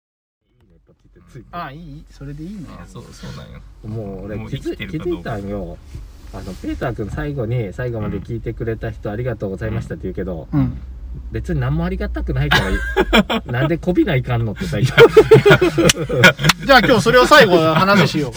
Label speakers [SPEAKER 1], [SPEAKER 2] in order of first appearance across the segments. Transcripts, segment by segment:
[SPEAKER 1] ったって言ってついて
[SPEAKER 2] あいいそれでいいの
[SPEAKER 3] あそうそうなんよ
[SPEAKER 1] もう俺
[SPEAKER 3] もう
[SPEAKER 1] 気
[SPEAKER 3] 生
[SPEAKER 1] づ
[SPEAKER 3] きて
[SPEAKER 1] 気
[SPEAKER 3] るかど
[SPEAKER 1] づ
[SPEAKER 3] う
[SPEAKER 1] い
[SPEAKER 3] か
[SPEAKER 1] たんよあのペーター君最後に最後まで聞いてくれた人ありがとうございましたって言うけど、
[SPEAKER 2] うん
[SPEAKER 1] 別に何もありがたくないから なんでこびないかんのって最近
[SPEAKER 2] じゃあ今日それを最後話しよ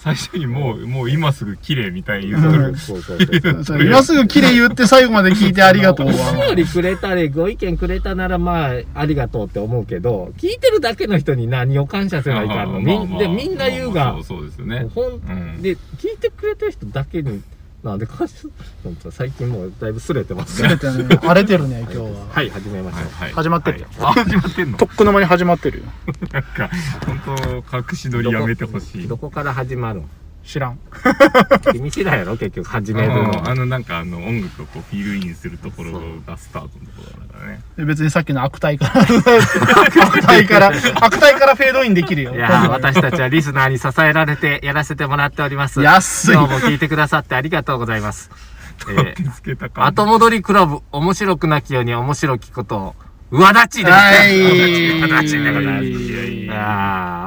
[SPEAKER 3] 最初にもうもう今すぐ綺麗みたいに言っと
[SPEAKER 1] う
[SPEAKER 3] る
[SPEAKER 1] んそうそうそうそう
[SPEAKER 2] う それ今すぐ綺麗言って最後まで聞いてありがと
[SPEAKER 1] お
[SPEAKER 2] うは
[SPEAKER 1] 便りくれたりご意見くれたならまあありがとうって思うけど聞いてるだけの人に何を感謝せないかんのみんでみんな言う
[SPEAKER 3] まあ
[SPEAKER 1] が
[SPEAKER 3] まあそうそうですよね
[SPEAKER 1] ほん
[SPEAKER 3] うん
[SPEAKER 1] で聞いてくれてる人だけになんで感謝本当最近もうだいぶすれてますね
[SPEAKER 2] 全てね荒れてるね今日は
[SPEAKER 1] はい始めましょう、
[SPEAKER 3] はい
[SPEAKER 2] 始まってるよ
[SPEAKER 3] はいあ始まってんの
[SPEAKER 2] とっくの間に始まってるよ
[SPEAKER 3] なんか本当隠し撮りやめてほしい
[SPEAKER 1] どこから始まるの
[SPEAKER 2] 知らん
[SPEAKER 1] 君次第やろ結局始
[SPEAKER 3] うん
[SPEAKER 1] めるの
[SPEAKER 3] あのなんかあの音楽をこうフィールインするところがスタートのところだからね
[SPEAKER 2] で別にさっきの悪態から 悪態 から悪態からフェードインできるよ
[SPEAKER 1] いやー私たちはリスナーに支えられてやらせてもらっております
[SPEAKER 2] 安い
[SPEAKER 1] 今日も聞いてくださってありがとうございます、えー
[SPEAKER 3] 手つけたか
[SPEAKER 1] 後戻りクラブ面白くなきように面白きことを上立ちです
[SPEAKER 2] はい
[SPEAKER 1] 上立ちでございます
[SPEAKER 3] いやいや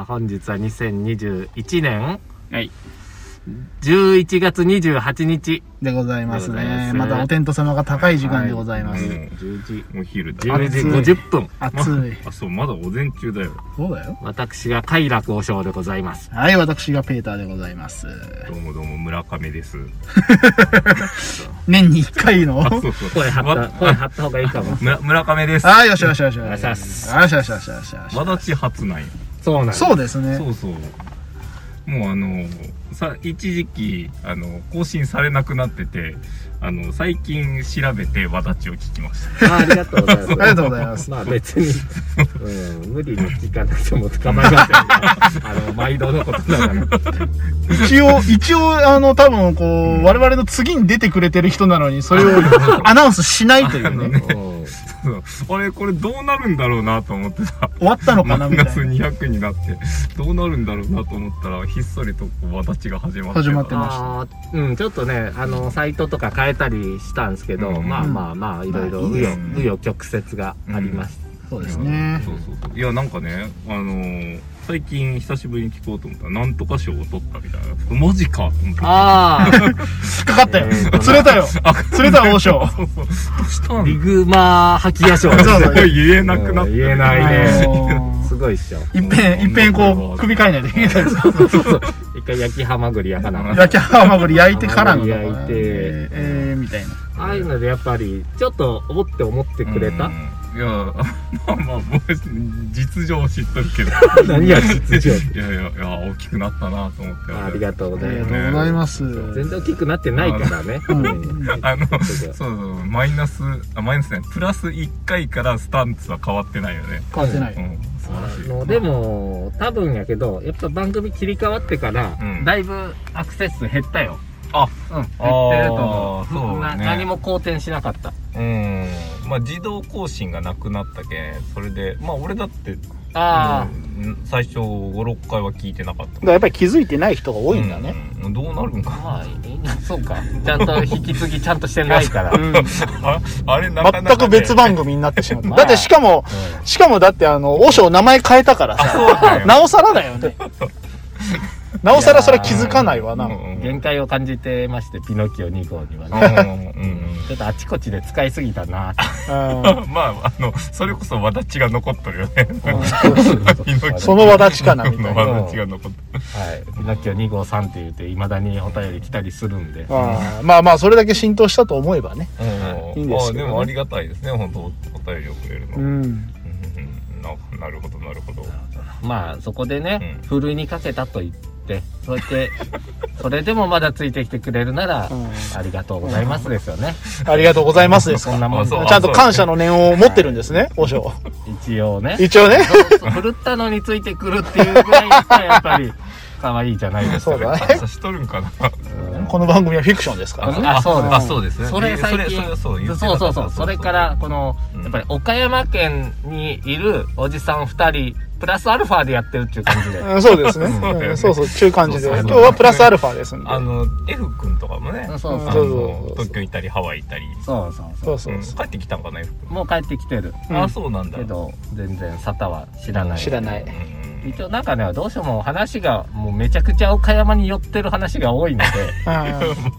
[SPEAKER 1] あー本日は2021年
[SPEAKER 3] はい
[SPEAKER 1] 11月28日
[SPEAKER 2] でございます
[SPEAKER 1] でございま
[SPEAKER 2] ね
[SPEAKER 1] す
[SPEAKER 2] またお天道様が高い時間でございま
[SPEAKER 1] は
[SPEAKER 2] す
[SPEAKER 1] 10時
[SPEAKER 3] もう昼だ
[SPEAKER 1] 10時
[SPEAKER 2] 暑い
[SPEAKER 1] 50分
[SPEAKER 2] 暑い
[SPEAKER 3] あそうまだ午前中だよ
[SPEAKER 2] そうだよ
[SPEAKER 1] 私が快楽和尚でございます
[SPEAKER 2] はい私がペーターでございます
[SPEAKER 3] どうもどうも村 上です
[SPEAKER 2] 年に1回 の
[SPEAKER 3] あそうそう
[SPEAKER 1] 声張った声張った方がいいかも
[SPEAKER 3] 村村上です
[SPEAKER 2] ああよしよしよしよし
[SPEAKER 1] よ
[SPEAKER 2] よ
[SPEAKER 1] し
[SPEAKER 2] し
[SPEAKER 1] よし
[SPEAKER 2] よしよしよしよしよし
[SPEAKER 3] 私初なんや
[SPEAKER 1] そうなんです
[SPEAKER 2] そうですね
[SPEAKER 3] そうそうもうあのさ一時期あの更新されなくなっててあの最近調べてわだちを聞きまし
[SPEAKER 1] あありがとうございます
[SPEAKER 2] ありがとうございます
[SPEAKER 1] まあ別 に、うん、無理に聞かなくても捕まりません あの毎度のことだから
[SPEAKER 2] 一応 一応あの多分こう我々の次に出てくれてる人なのにそれ をアナウンスしないとい
[SPEAKER 3] あの
[SPEAKER 2] う
[SPEAKER 3] ね
[SPEAKER 2] ね
[SPEAKER 1] うん
[SPEAKER 3] た あれこれどうなるんだろうなと思ってさ
[SPEAKER 2] 終わったのか
[SPEAKER 3] マ
[SPEAKER 2] な
[SPEAKER 3] イ
[SPEAKER 2] みたい
[SPEAKER 3] ナ
[SPEAKER 2] な
[SPEAKER 3] ス200になってどうなるんだろうなと思ったらひっそりとこうわだちが始まってた
[SPEAKER 2] 始まってまし
[SPEAKER 1] あーうん、ちょっとねあのサイトとか変えたりしたんですけど、
[SPEAKER 3] うん
[SPEAKER 1] まあまあまあいろいろ
[SPEAKER 2] まあい
[SPEAKER 1] 紆
[SPEAKER 2] い
[SPEAKER 3] です
[SPEAKER 1] 余紆余曲折がありました、
[SPEAKER 2] そうですね
[SPEAKER 3] そうそうそういやなんかねあのー最近久しぶりに聞こうと思ったらなんとか賞を取ったみたいなマジかと思って
[SPEAKER 1] あ
[SPEAKER 2] 引っかかったよ
[SPEAKER 1] えーと
[SPEAKER 2] 釣れたよ釣れたよ王将
[SPEAKER 3] そうそうどうした
[SPEAKER 1] あ
[SPEAKER 3] ん
[SPEAKER 1] リグマ吐き出しを
[SPEAKER 2] そうそう
[SPEAKER 3] すごい言えなくなって
[SPEAKER 1] うん言えないね
[SPEAKER 2] あの
[SPEAKER 1] すごいっしょ
[SPEAKER 2] ーいっぺんいっぺん こう首かいないといけない
[SPEAKER 1] 一回焼きハマグリやかなあ
[SPEAKER 2] 焼きハマグリ焼いてからのだから
[SPEAKER 1] 焼いて
[SPEAKER 2] えーえーみたいな
[SPEAKER 1] あいうのでやっぱりちょっと思って思ってくれ
[SPEAKER 3] う
[SPEAKER 1] た
[SPEAKER 3] んいや まあまあ僕実情知っとるけど
[SPEAKER 1] 何や実情
[SPEAKER 3] いやいやいや大きくなったなと思って
[SPEAKER 1] あありがとうご
[SPEAKER 2] あ
[SPEAKER 1] ざい
[SPEAKER 2] り
[SPEAKER 1] ま
[SPEAKER 2] が
[SPEAKER 1] す
[SPEAKER 2] とうございます
[SPEAKER 1] 全然大きくなってないからね、
[SPEAKER 2] うん
[SPEAKER 3] あの
[SPEAKER 1] そう
[SPEAKER 3] そうそうマイナスあマイナスねプラス1回からスタンツは変わってないよね
[SPEAKER 2] 変わってない
[SPEAKER 3] うん素晴らしい
[SPEAKER 1] のでも多分やけどやっぱ番組切り替わってから、
[SPEAKER 3] うん
[SPEAKER 1] だいぶアクセス数減ったよ
[SPEAKER 3] あ
[SPEAKER 1] うん減ってると思う
[SPEAKER 3] あーそうだね
[SPEAKER 1] な何も好転しなかった
[SPEAKER 3] うんまあ自動更新がなくなったけんそれでまあ俺だって
[SPEAKER 1] あ
[SPEAKER 3] うん最初56回は聞いてなかった
[SPEAKER 2] だからやっぱり気づいてない人が多いんだね、
[SPEAKER 3] うんどうなるん
[SPEAKER 1] あ、
[SPEAKER 3] か
[SPEAKER 1] まあいいなそうかちゃんと引き継ぎちゃんとしてないから、うん
[SPEAKER 3] あ あれなかなか、ね、
[SPEAKER 2] 全く別番組になってしまった、
[SPEAKER 1] まあ
[SPEAKER 2] だってしかもしかもだってあの和尚名前変えたから
[SPEAKER 3] あそうだ
[SPEAKER 2] さ
[SPEAKER 3] よ
[SPEAKER 2] なおさらだよねなおさらそれは気づかないわな、
[SPEAKER 3] うんうん
[SPEAKER 1] 限界を感じてましてピノキオ2号にはね、
[SPEAKER 3] うんうんうん
[SPEAKER 1] ちょっとあちこちで使いすぎたなって
[SPEAKER 2] うん
[SPEAKER 3] まあ、あの、それこそわだちが残っとるよね。 ピノキオ
[SPEAKER 2] そのわだちかなみたい な
[SPEAKER 3] わだちが残っとる。
[SPEAKER 1] はい、ピノキオ2号さんって言っていまだにお便り来たりするんで、
[SPEAKER 2] あーまあまあそれだけ浸透したと思えばねいいんです
[SPEAKER 3] あ
[SPEAKER 2] けどね
[SPEAKER 3] でもありがたいですね、本当お便りをくれるの。
[SPEAKER 2] う
[SPEAKER 3] うん
[SPEAKER 2] ん
[SPEAKER 3] うんななるほど、なるほど。
[SPEAKER 1] まあそこでね、
[SPEAKER 3] うん
[SPEAKER 1] ふるいにかけたと言ってそうやって それでもまだついてきてくれるなら、
[SPEAKER 2] うん
[SPEAKER 1] ありがとうございますですよね、
[SPEAKER 2] ありがとうございますです
[SPEAKER 1] そんなもん
[SPEAKER 3] あそう
[SPEAKER 2] ちゃんと感謝の念を持ってるんですね和尚
[SPEAKER 1] 一応ね
[SPEAKER 2] 一応ね
[SPEAKER 1] ふるったのについてくるっていうぐらいしかやっぱ り可愛いじゃないですか
[SPEAKER 2] そうだね
[SPEAKER 3] 感謝しとるん かな。
[SPEAKER 2] この番組はフィクションですからね
[SPEAKER 1] あそうです
[SPEAKER 3] あ、そうですね。
[SPEAKER 1] それ最近
[SPEAKER 3] それそう言って
[SPEAKER 1] そ
[SPEAKER 3] な
[SPEAKER 1] う
[SPEAKER 3] か
[SPEAKER 1] そ
[SPEAKER 3] っ
[SPEAKER 1] う
[SPEAKER 3] た
[SPEAKER 1] そうそれからこの
[SPEAKER 3] うん
[SPEAKER 1] やっぱり岡山県にいるおじさん2人プラスアルファでやってるっていう感じで
[SPEAKER 2] うんそうですね
[SPEAKER 3] そうだよね
[SPEAKER 2] うんそうそう中間時で
[SPEAKER 3] そうそう
[SPEAKER 2] 今日はプラスアルファですんで
[SPEAKER 3] あの、F 君とかもね、
[SPEAKER 1] そうそう
[SPEAKER 3] あ
[SPEAKER 2] そうそうそ
[SPEAKER 3] の
[SPEAKER 2] う
[SPEAKER 3] 東京行ったり、ハワイ行ったり。
[SPEAKER 1] そうそうそう
[SPEAKER 2] そうそう
[SPEAKER 3] うん帰ってきたんかな、F 君。
[SPEAKER 1] もう帰ってきてる
[SPEAKER 2] うん
[SPEAKER 3] あ、そうなんだ。
[SPEAKER 1] けど全然沙汰は知らない
[SPEAKER 2] 知らない
[SPEAKER 3] うんうん
[SPEAKER 1] 一応なんかねどうしても話がもうめちゃくちゃ岡山に寄ってる話が多いの
[SPEAKER 4] あ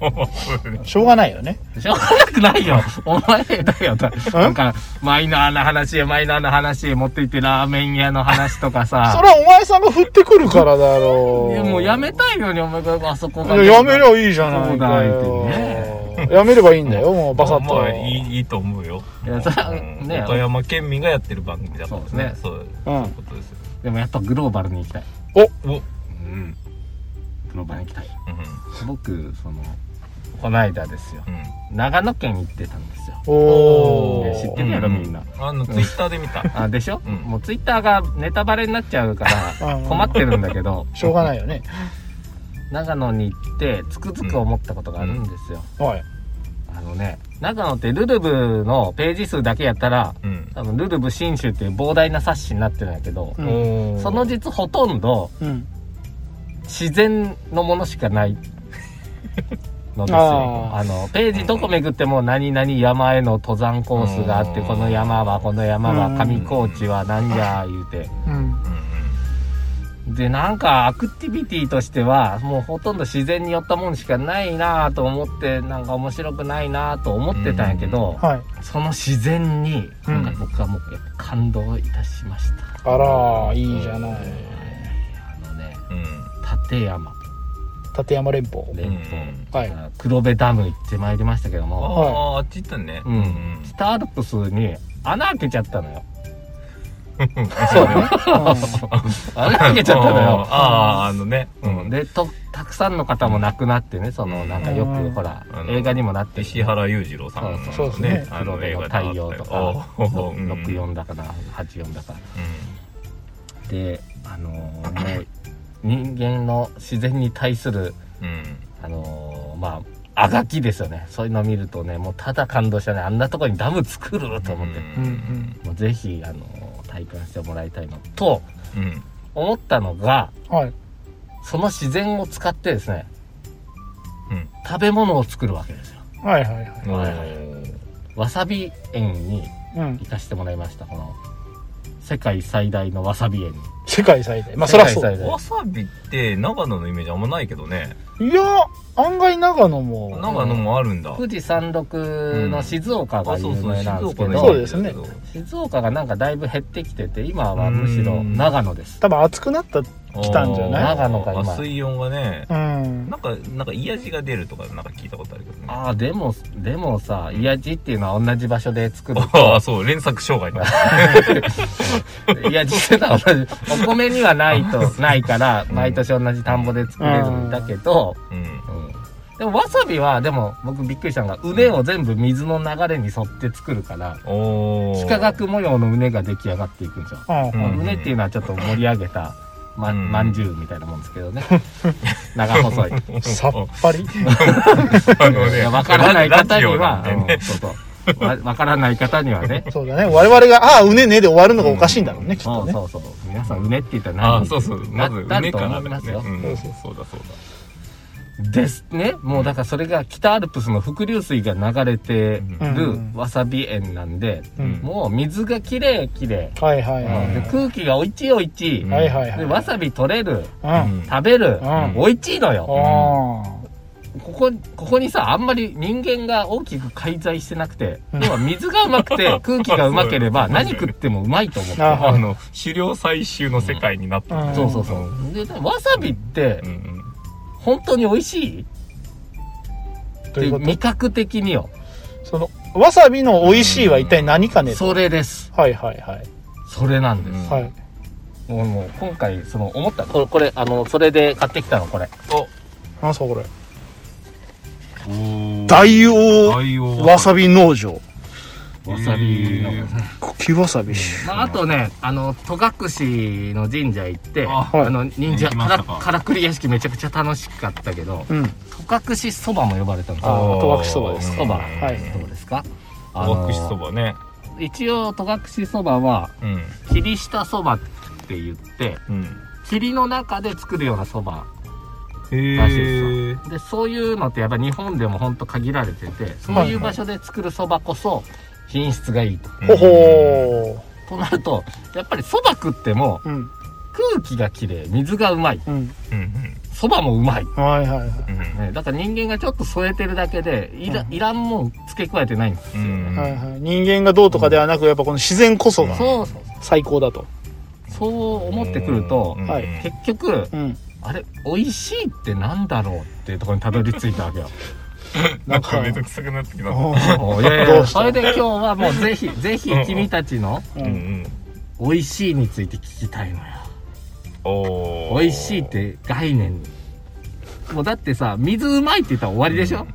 [SPEAKER 3] もう
[SPEAKER 4] あしょうがないよね。
[SPEAKER 1] でしょうがなくないよお前だよだなんかマイナーな話へマイナーな話へ持っていってラーメン屋の話とか
[SPEAKER 4] そ
[SPEAKER 1] さ
[SPEAKER 4] れはお前さんが振ってくるからだろ
[SPEAKER 1] いやもうやめ
[SPEAKER 4] い
[SPEAKER 1] たいのにお前があそこが
[SPEAKER 4] ややめりゃいいじゃないか
[SPEAKER 1] そう
[SPEAKER 4] よ
[SPEAKER 1] だ
[SPEAKER 4] やめればいいんだよ、もうバサッと。
[SPEAKER 3] まあいいいいと思うよ
[SPEAKER 1] いやそれは
[SPEAKER 3] うん
[SPEAKER 1] ね
[SPEAKER 3] 岡山県民がやってる番組だから
[SPEAKER 1] そうですね
[SPEAKER 3] そう
[SPEAKER 4] うん
[SPEAKER 3] そういうことですよ
[SPEAKER 1] でもやっぱグローバルに行きたい
[SPEAKER 3] おうん
[SPEAKER 1] グローバルに行きたい
[SPEAKER 3] うん
[SPEAKER 1] 僕そのこの間ですよ
[SPEAKER 3] うん
[SPEAKER 1] 長野県行ってたんですよ
[SPEAKER 4] お
[SPEAKER 1] ね
[SPEAKER 4] ー
[SPEAKER 1] 知ってるやろみんな
[SPEAKER 3] あのツイッターで見た
[SPEAKER 1] あでしょ、
[SPEAKER 3] うん
[SPEAKER 1] もうツイッターがネタバレになっちゃうか ら
[SPEAKER 4] うん
[SPEAKER 1] 困ってるんだけど
[SPEAKER 4] しょうがないよね。
[SPEAKER 1] 長野に行ってつくづく思ったことがあるんですよ、
[SPEAKER 4] はい。
[SPEAKER 1] あのね長野ってルルブのページ数だけやったら
[SPEAKER 3] うん
[SPEAKER 1] 多分ルルブ新州っていう膨大な冊子になってるんだけど、
[SPEAKER 4] うん
[SPEAKER 3] おー
[SPEAKER 1] その実ほとんど
[SPEAKER 4] うん。
[SPEAKER 1] 自然のものしかない のですよ
[SPEAKER 4] あー
[SPEAKER 1] あのページどこ巡っても何々山への登山コースがあって
[SPEAKER 3] うん
[SPEAKER 1] この山はこの山は
[SPEAKER 4] うん
[SPEAKER 1] 上高地はなんや言うて
[SPEAKER 4] うん。
[SPEAKER 3] うん
[SPEAKER 1] でなんかアクティビティとしてはもうほとんど自然に寄ったもんしかないなぁと思ってなんか面白くないなぁと思ってたんやけど、
[SPEAKER 4] はい。
[SPEAKER 1] その自然に
[SPEAKER 4] うん
[SPEAKER 1] なんか僕はもうやっぱ感動いたしました、
[SPEAKER 4] あらー、いいじゃない。
[SPEAKER 1] あのね
[SPEAKER 3] うん
[SPEAKER 1] 立山
[SPEAKER 4] 立山連峰。
[SPEAKER 1] 連峰、
[SPEAKER 3] うん
[SPEAKER 4] はい。
[SPEAKER 1] 黒部ダム行ってまいりましたけど
[SPEAKER 3] あ
[SPEAKER 1] も
[SPEAKER 3] ああっち行ったね
[SPEAKER 1] うん北アルプスに穴開けちゃったのよ。
[SPEAKER 4] そうだね。
[SPEAKER 1] 穴開けちゃったのよ。
[SPEAKER 3] あああのね
[SPEAKER 1] うん、でとたくさんの方も亡くなってねそのなんかよく
[SPEAKER 4] うん
[SPEAKER 1] ほら
[SPEAKER 3] あの
[SPEAKER 1] 映画にもなって
[SPEAKER 3] 石原裕次郎さんの
[SPEAKER 1] そう
[SPEAKER 4] そうそうですね
[SPEAKER 3] あ
[SPEAKER 1] 黒
[SPEAKER 3] の
[SPEAKER 1] 部
[SPEAKER 3] 映
[SPEAKER 1] の
[SPEAKER 3] 画
[SPEAKER 1] 太陽とか六四だから八四だからであのーもう人間の自然に対するあのーまああがきですよねそういうの見るとねもうただ感動したねあんなとこにダム作ると思って、
[SPEAKER 4] うんうん。
[SPEAKER 1] もうぜひあのー体感してもらいたいのと
[SPEAKER 3] うん
[SPEAKER 1] 思ったのが
[SPEAKER 4] はい。
[SPEAKER 1] その自然を使ってですね
[SPEAKER 3] うん
[SPEAKER 1] 食べ物を作るわけですよ
[SPEAKER 4] はいはいはい。
[SPEAKER 3] お
[SPEAKER 1] はいはい
[SPEAKER 3] ー
[SPEAKER 1] わさび園に
[SPEAKER 4] うん。
[SPEAKER 1] 行かせてもらいましたこの世界最大のわさび園に
[SPEAKER 4] 世界最大。まあ、そりゃそうだ。
[SPEAKER 1] 世界最大
[SPEAKER 3] わさびって長野のイメージあんまないけどね
[SPEAKER 4] いや、案外長野も。
[SPEAKER 3] 長野もあるんだ
[SPEAKER 1] 富士山麓の静岡が
[SPEAKER 3] あそう
[SPEAKER 1] 有
[SPEAKER 3] そう
[SPEAKER 1] 名
[SPEAKER 3] 静
[SPEAKER 1] なんですけ
[SPEAKER 3] 岡
[SPEAKER 1] ど、
[SPEAKER 3] のイメージだけど
[SPEAKER 1] 静岡がなんかだいぶ減ってきてて今はむしろ長野です
[SPEAKER 4] 多分暑くなった。来たんじゃない
[SPEAKER 1] 長野が今
[SPEAKER 3] あ水温がね
[SPEAKER 4] うん。
[SPEAKER 3] なんかなんか癒しが出るとかなんか聞いたことあるけどね
[SPEAKER 1] ああでもでもさいやじっていうのは同じ場所で作る
[SPEAKER 3] ああそう連作障害だ
[SPEAKER 1] いや実は同じお米にはないとないから
[SPEAKER 3] うん
[SPEAKER 1] 毎年同じ田んぼで作れるんだけど、
[SPEAKER 3] う
[SPEAKER 1] う
[SPEAKER 3] ん
[SPEAKER 1] んでもわさびはでも僕びっくりしたのが畝を全部水の流れに沿って作るから
[SPEAKER 3] お
[SPEAKER 1] 幾何学模様の畝が出来上がっていくんですよ
[SPEAKER 4] うん
[SPEAKER 3] う
[SPEAKER 1] 畝、
[SPEAKER 3] ん
[SPEAKER 1] っていうのはちょっと盛り上げたま,、
[SPEAKER 3] うん
[SPEAKER 1] んじゅうみたいなもんですけど ね長細い
[SPEAKER 4] さっぱり。
[SPEAKER 3] あのね
[SPEAKER 1] いやわからない方には
[SPEAKER 3] ラジオなんで
[SPEAKER 1] うんそうそうわわからない方にはね
[SPEAKER 4] そうだね。我々が、ああ、うねねで終わるのがおかしいんだろうね、きっ
[SPEAKER 1] そ
[SPEAKER 4] と
[SPEAKER 1] う
[SPEAKER 4] ね。
[SPEAKER 1] そうそう皆さん畝って言ったら何
[SPEAKER 3] ああそうそうまず
[SPEAKER 1] な
[SPEAKER 3] 梅から
[SPEAKER 1] な
[SPEAKER 3] だ
[SPEAKER 1] ったと思います
[SPEAKER 3] ね
[SPEAKER 1] よ
[SPEAKER 3] うんそうだそう
[SPEAKER 1] ですねもうだからそれが北アルプスの伏流水が流れて
[SPEAKER 4] う
[SPEAKER 1] る
[SPEAKER 4] ん
[SPEAKER 1] わさび園なんで、
[SPEAKER 4] うん
[SPEAKER 1] もう水がきれいきれ
[SPEAKER 4] はいはい
[SPEAKER 1] い、
[SPEAKER 4] は
[SPEAKER 1] で空気がおいちいおいちい、
[SPEAKER 3] うん
[SPEAKER 4] い。はいはい
[SPEAKER 1] でわ
[SPEAKER 4] は
[SPEAKER 1] さび取れる
[SPEAKER 4] い。
[SPEAKER 3] だ
[SPEAKER 4] うん。
[SPEAKER 1] 食べる、
[SPEAKER 4] うん
[SPEAKER 1] おいちいのよ、
[SPEAKER 4] ああ。
[SPEAKER 1] ここここにさあんまり人間が大きく介在してなくて、
[SPEAKER 4] うん
[SPEAKER 1] 要は水がうまく て空気がうまければ
[SPEAKER 3] そうそう
[SPEAKER 1] 何食ってもうまいと思って
[SPEAKER 4] なるほ
[SPEAKER 3] あの狩猟採集の世界になった
[SPEAKER 4] うん
[SPEAKER 1] そうそうそうでわさびって
[SPEAKER 3] うん
[SPEAKER 1] 本当に美味しいっ
[SPEAKER 4] どうい
[SPEAKER 1] て
[SPEAKER 4] うこ
[SPEAKER 1] 味覚的によ
[SPEAKER 4] とその、わさびの美味しいは一体何かね
[SPEAKER 1] それです
[SPEAKER 4] はいはいはい。
[SPEAKER 1] それなんです、
[SPEAKER 4] はい。
[SPEAKER 1] もうもう今回その思ったこれこれあのそれで買ってきたのこれ
[SPEAKER 3] お
[SPEAKER 4] なんすかこれ。
[SPEAKER 3] お
[SPEAKER 4] 大王
[SPEAKER 3] 大王
[SPEAKER 4] わさび農場。
[SPEAKER 1] わさびの、
[SPEAKER 3] えー
[SPEAKER 4] 茎わさび。
[SPEAKER 1] まあ、あとねあの戸隠の神社行って
[SPEAKER 3] あ
[SPEAKER 1] あ,、
[SPEAKER 4] はい
[SPEAKER 1] の忍者
[SPEAKER 3] 行きまし
[SPEAKER 1] から
[SPEAKER 3] たか
[SPEAKER 1] からくり屋敷めちゃくちゃ楽しかったけど
[SPEAKER 4] うん。
[SPEAKER 1] 戸隠そばも呼ばれたんです
[SPEAKER 4] あ
[SPEAKER 1] よ
[SPEAKER 4] ー戸隠そばです
[SPEAKER 1] そば
[SPEAKER 4] はい
[SPEAKER 1] どうですかあ
[SPEAKER 3] 戸
[SPEAKER 1] の
[SPEAKER 3] 隠そばね
[SPEAKER 1] 一応戸隠そばは
[SPEAKER 3] うん
[SPEAKER 1] 霧下そばって言って
[SPEAKER 3] うん
[SPEAKER 1] 霧の中で作るようなそばらしい
[SPEAKER 3] へえ
[SPEAKER 1] でそういうのってやっぱ日本でもほんと限られててそういう場所で作るそばこそ品質がいいと。
[SPEAKER 4] ほほ
[SPEAKER 1] となるとやっぱりそば食っても
[SPEAKER 4] ー。うん。
[SPEAKER 1] 空気がきれい水がうまい
[SPEAKER 2] うん。
[SPEAKER 3] うん
[SPEAKER 1] そばもうまい、
[SPEAKER 2] はいはいはい。
[SPEAKER 3] うんうん
[SPEAKER 1] ね、だから人間がちょっと添えてるだけでいら,、
[SPEAKER 2] うん
[SPEAKER 1] いらんもん付け加えてないんですよ、
[SPEAKER 3] うん
[SPEAKER 2] はいはい。人間がどうとかではなく、やっぱこの自然こそが
[SPEAKER 1] そうそう
[SPEAKER 2] 最高だと。
[SPEAKER 1] そう思ってくると、
[SPEAKER 3] うん
[SPEAKER 2] はい
[SPEAKER 1] 結局
[SPEAKER 2] うん。
[SPEAKER 1] あれ美味しいってなんだろうっていうところにたどり着いたわけ よ
[SPEAKER 3] なんかめんどくさくなってきた
[SPEAKER 2] お
[SPEAKER 1] も
[SPEAKER 2] ー
[SPEAKER 1] ういやい
[SPEAKER 2] ど
[SPEAKER 1] や
[SPEAKER 2] うした
[SPEAKER 1] それで今日はもうぜひぜひ
[SPEAKER 3] うんうん
[SPEAKER 1] 君たちの
[SPEAKER 2] う
[SPEAKER 3] うん
[SPEAKER 2] ん。
[SPEAKER 3] ん
[SPEAKER 1] 美味しいについて聞きたいのよ
[SPEAKER 3] おー
[SPEAKER 1] 美味しいって概念もうだってさ水うまいって言ったら終わりでしょ、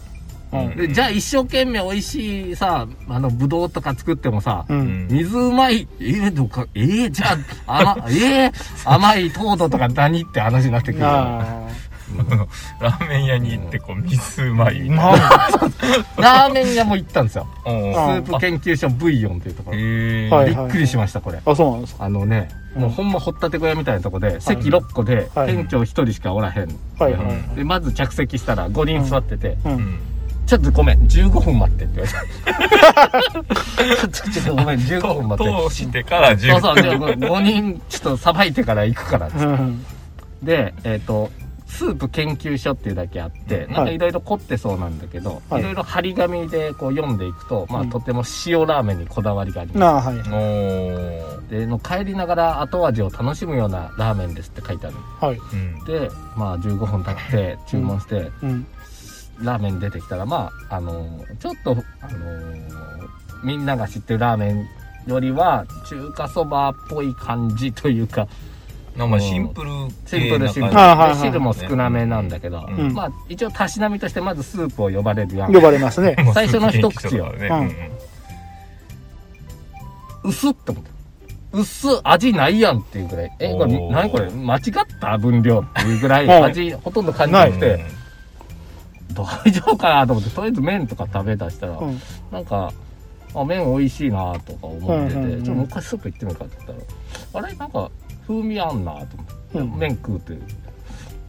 [SPEAKER 2] うん。
[SPEAKER 1] でじゃあ一生懸命美味しいさあのブドウとか作ってもさ、
[SPEAKER 2] うん。
[SPEAKER 1] 水うまいえー、どうかえー、じゃあ甘えー、甘い糖度とか何って話になってくるよ
[SPEAKER 2] あ
[SPEAKER 3] あのラーメン屋に行ってこう水うまい
[SPEAKER 2] ー
[SPEAKER 3] みたいな
[SPEAKER 2] ま あ。
[SPEAKER 1] ラーメン屋も行ったんですよ
[SPEAKER 3] おー
[SPEAKER 1] ス
[SPEAKER 2] あ
[SPEAKER 1] ープ研究所ブイヨンっていうところ、
[SPEAKER 3] へー
[SPEAKER 2] はい
[SPEAKER 1] びっくりしましたこれ
[SPEAKER 2] あ、そうなんですか。
[SPEAKER 1] あのね、
[SPEAKER 2] うん
[SPEAKER 1] もうほんまほったて小屋みたいなとこで、席6個で、
[SPEAKER 2] はい
[SPEAKER 1] 店長1人しかおらへん、
[SPEAKER 2] はいはいは
[SPEAKER 1] でまず着席したら5人座ってて、
[SPEAKER 2] い。う。
[SPEAKER 3] うんん
[SPEAKER 1] ちょっとごめん15分待って」って言われた ちょっとちょっとごめん15分待って
[SPEAKER 3] 通してから
[SPEAKER 1] そう
[SPEAKER 3] 10
[SPEAKER 1] そう5人ちょっとさばいてから行くからっつっ
[SPEAKER 2] う
[SPEAKER 1] て
[SPEAKER 2] ん。
[SPEAKER 1] でえっ、とスープ研究所っていうだけあってなんかいろいろ凝ってそうなんだけど、、
[SPEAKER 2] はいい
[SPEAKER 1] ろいろ張り紙でこう読んでいくと、まあ
[SPEAKER 2] うん
[SPEAKER 1] とても塩ラーメンにこだわりがあります
[SPEAKER 2] なあ、はい。
[SPEAKER 3] おー
[SPEAKER 1] での帰りながら後味を楽しむようなラーメンですって書いてある
[SPEAKER 2] はい。
[SPEAKER 3] うん
[SPEAKER 1] でまあ15分経って注文して、
[SPEAKER 2] うん。
[SPEAKER 1] ラーメン出てきたらまああのちょっとあのみんなが知ってるラーメンよりは中華そばっぽい感じというか
[SPEAKER 3] なんかシンプル
[SPEAKER 1] シンプルシンプル
[SPEAKER 2] ああはい
[SPEAKER 1] で
[SPEAKER 2] はい
[SPEAKER 1] 汁も少なめなんだけど、
[SPEAKER 3] うん
[SPEAKER 1] まあ一応たしなみとしてまずスープを呼ばれるやん
[SPEAKER 2] 呼ばれますね。
[SPEAKER 1] 最初の一口よ
[SPEAKER 3] ね
[SPEAKER 2] うん
[SPEAKER 1] 薄っと思った薄っ味ないやんっていうぐらいえこれ
[SPEAKER 3] おー
[SPEAKER 1] 何これ間違った分量っていうぐらい
[SPEAKER 2] はい
[SPEAKER 1] 味ほとんど感じなく
[SPEAKER 3] う
[SPEAKER 1] て、
[SPEAKER 3] ん
[SPEAKER 1] 大丈夫かなと思ってとりあえず麺とか食べだしたら、
[SPEAKER 2] うん。
[SPEAKER 1] なんかあ麺美味しいなとか思ってて、
[SPEAKER 2] うんうんうん
[SPEAKER 1] ちょっともう一回スープ行ってみようかって言ったらあれなんか風味あんなと思って、
[SPEAKER 2] うん
[SPEAKER 1] 麺食うて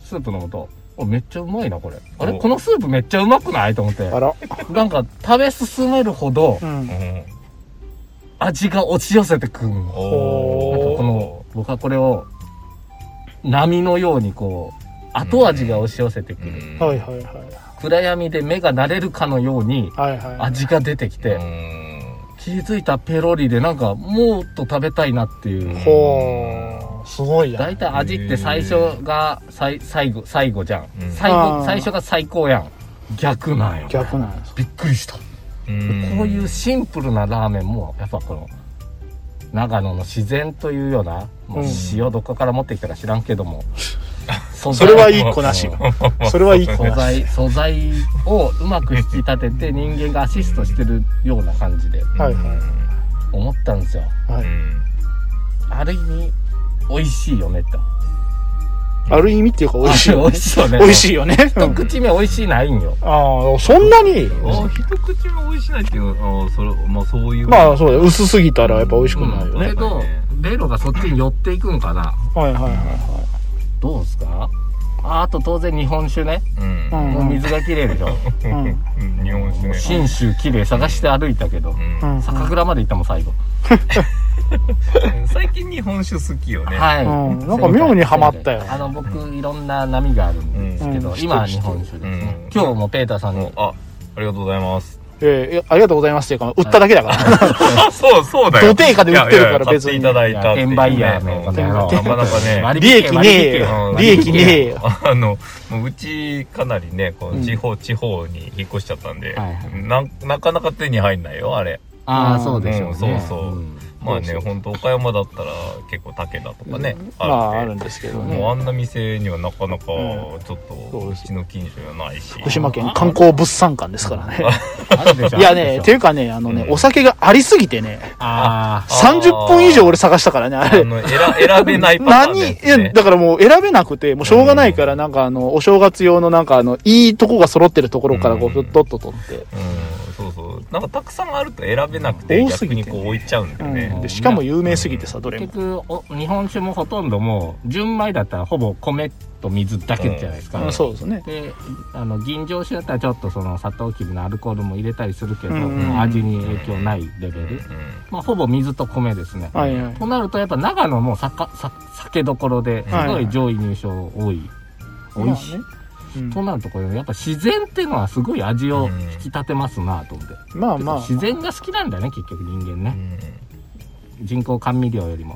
[SPEAKER 1] スープ飲むとあめっちゃうまいなこれあれ
[SPEAKER 3] お
[SPEAKER 1] このスープめっちゃうまくないと思って
[SPEAKER 2] あら。
[SPEAKER 1] なんか食べ進めるほど
[SPEAKER 2] うん
[SPEAKER 3] う。ん
[SPEAKER 1] 味が落ち寄せてくるの
[SPEAKER 3] お
[SPEAKER 1] なん
[SPEAKER 3] ー
[SPEAKER 1] かこの僕はこれを波のようにこう後味が押し寄せてく
[SPEAKER 3] う
[SPEAKER 1] る、
[SPEAKER 3] ん
[SPEAKER 2] はいはいは
[SPEAKER 1] 暗闇で目が慣れるかのように
[SPEAKER 2] い。はいはい。
[SPEAKER 1] 味が出てきて、
[SPEAKER 3] うん
[SPEAKER 1] 気づいたペロリでなんかもっと食べたいなっていう
[SPEAKER 2] ほう。すごいや。
[SPEAKER 1] 大体味って最初がさい最後最後じゃん、
[SPEAKER 3] うん
[SPEAKER 1] 最
[SPEAKER 2] あ
[SPEAKER 1] 後
[SPEAKER 2] ー
[SPEAKER 1] 最初が最高やん逆なんよ
[SPEAKER 2] 逆なんです。
[SPEAKER 1] びっくりした、
[SPEAKER 3] うん
[SPEAKER 1] こういうシンプルなラーメンもやっぱこの長野の自然というような、もう
[SPEAKER 2] うん
[SPEAKER 1] 塩どこから持ってきたか知らんけども素
[SPEAKER 2] それはいい子な しが。それはいい子
[SPEAKER 1] 素
[SPEAKER 2] なし。
[SPEAKER 1] 材素材をうまく引き立てて人間がアシストしてるような感じで
[SPEAKER 2] はいはい
[SPEAKER 1] 思ったんですよ
[SPEAKER 2] は
[SPEAKER 3] う
[SPEAKER 2] い。
[SPEAKER 3] ん
[SPEAKER 1] ある意味美味しいよねと
[SPEAKER 2] ある意味っていうか、美味しい
[SPEAKER 1] あ
[SPEAKER 2] よ
[SPEAKER 1] 美。味しいよね
[SPEAKER 2] 美味しいよね。う
[SPEAKER 1] 一
[SPEAKER 2] ん
[SPEAKER 1] 口目美味しいないんよ
[SPEAKER 2] ああ、そんなに
[SPEAKER 3] あ一口も美味しないっていうのはあーそれまあそういう
[SPEAKER 2] まあそうだよ。薄すぎたらやっぱ美味しくないよ
[SPEAKER 1] だ
[SPEAKER 2] ね
[SPEAKER 1] け。どベロがそっちに寄っていくんかな
[SPEAKER 2] はいはいは
[SPEAKER 1] どうですかああと当然日本酒ね
[SPEAKER 3] うん
[SPEAKER 2] いはい。
[SPEAKER 1] もう水が綺麗 でしょ
[SPEAKER 2] うん。うん。
[SPEAKER 3] うん日本酒ね
[SPEAKER 1] 信州綺麗探して歩いたけど
[SPEAKER 3] うん
[SPEAKER 2] うん。
[SPEAKER 1] 酒蔵まで行ったもん最後
[SPEAKER 3] 最近日本酒好きよね
[SPEAKER 1] はい
[SPEAKER 2] うんなんか妙にハマったよ
[SPEAKER 1] あの僕いろんな波があるんですけ
[SPEAKER 2] う
[SPEAKER 1] ど
[SPEAKER 2] ん
[SPEAKER 1] 今は日本酒です
[SPEAKER 3] う
[SPEAKER 1] ね
[SPEAKER 3] ん
[SPEAKER 1] 今日もペーターさんに
[SPEAKER 3] あありがとうございます
[SPEAKER 2] ええありがとうございますっていうか、売っただけだから。
[SPEAKER 3] あそうそうだよ
[SPEAKER 2] 土定価で売ってるから別に
[SPEAKER 3] いやいや買っていただいたっていうね
[SPEAKER 1] 転売ヤーのこの野郎
[SPEAKER 3] なかなかね
[SPEAKER 1] 割
[SPEAKER 2] 利
[SPEAKER 1] 引
[SPEAKER 2] 益
[SPEAKER 1] 券割引券
[SPEAKER 2] ねえよ。
[SPEAKER 3] うん
[SPEAKER 2] 利益ねえよ。
[SPEAKER 3] あのもううちかなりねこ
[SPEAKER 2] う
[SPEAKER 3] うん地方、地方に引っ越しちゃったんで、
[SPEAKER 1] はいは
[SPEAKER 3] なんなかなか手に入んないよあれ
[SPEAKER 1] ああそうでしょう
[SPEAKER 3] うん
[SPEAKER 1] ね
[SPEAKER 3] そうそうんまあ
[SPEAKER 2] そう
[SPEAKER 3] ね
[SPEAKER 2] そう
[SPEAKER 3] 本当岡山だったら結構竹田とかね、
[SPEAKER 2] まああ
[SPEAKER 3] る
[SPEAKER 2] る
[SPEAKER 3] ん
[SPEAKER 2] ん
[SPEAKER 3] で
[SPEAKER 2] ですけど
[SPEAKER 3] もうあ
[SPEAKER 2] ね。
[SPEAKER 3] んな店にはなかなかち
[SPEAKER 2] う
[SPEAKER 3] ょっと
[SPEAKER 2] そう
[SPEAKER 3] う
[SPEAKER 2] です
[SPEAKER 3] ちの近所じゃないし
[SPEAKER 2] 福島県観光物産館ですからね。
[SPEAKER 1] あるでしょ
[SPEAKER 2] いやね、ていうかね、あのね、お酒がありすぎてね、
[SPEAKER 1] ああ
[SPEAKER 2] 30分以上俺探したからね、あ
[SPEAKER 3] あ
[SPEAKER 2] れ。
[SPEAKER 3] の選選べないパターン
[SPEAKER 2] 何
[SPEAKER 3] の
[SPEAKER 2] い
[SPEAKER 3] やつね
[SPEAKER 2] や、だからもう選べなくて、もうしょうがないから、なんかあの、お正月用のなんかあの、いいとこが揃ってるところからこ
[SPEAKER 3] う
[SPEAKER 2] う、
[SPEAKER 3] ん
[SPEAKER 2] ふっとっと取って。
[SPEAKER 3] うんそうそうなんかたくさんあると選べなくて
[SPEAKER 2] 多す
[SPEAKER 3] 逆
[SPEAKER 2] ぎて
[SPEAKER 3] にこう置いちゃうんだよね、
[SPEAKER 2] でしかも有名すぎてさどれも
[SPEAKER 1] 結局お日本酒もほとんどもう純米だったらほぼ米と水だけじゃないですか、
[SPEAKER 2] うんそうですね
[SPEAKER 1] であの吟醸酒だったらちょっとその砂糖きびのアルコールも入れたりするけど、
[SPEAKER 2] うん
[SPEAKER 1] もう味に影響ないレベル、まあ、ほぼ水と米ですね、
[SPEAKER 2] はいはい
[SPEAKER 1] となるとやっぱ長野もさかさ酒どころですごい上位入賞多い、
[SPEAKER 2] ま
[SPEAKER 1] 美
[SPEAKER 2] あね
[SPEAKER 1] 味しい、
[SPEAKER 2] うん
[SPEAKER 1] となるとこれやっぱ自然っていうのはすごい味を引き立てますなと思って、
[SPEAKER 2] まあまあ
[SPEAKER 1] 自然が好きなんだね結局人間
[SPEAKER 3] う
[SPEAKER 1] ね、
[SPEAKER 3] んうん
[SPEAKER 1] 人工甘味料よりも、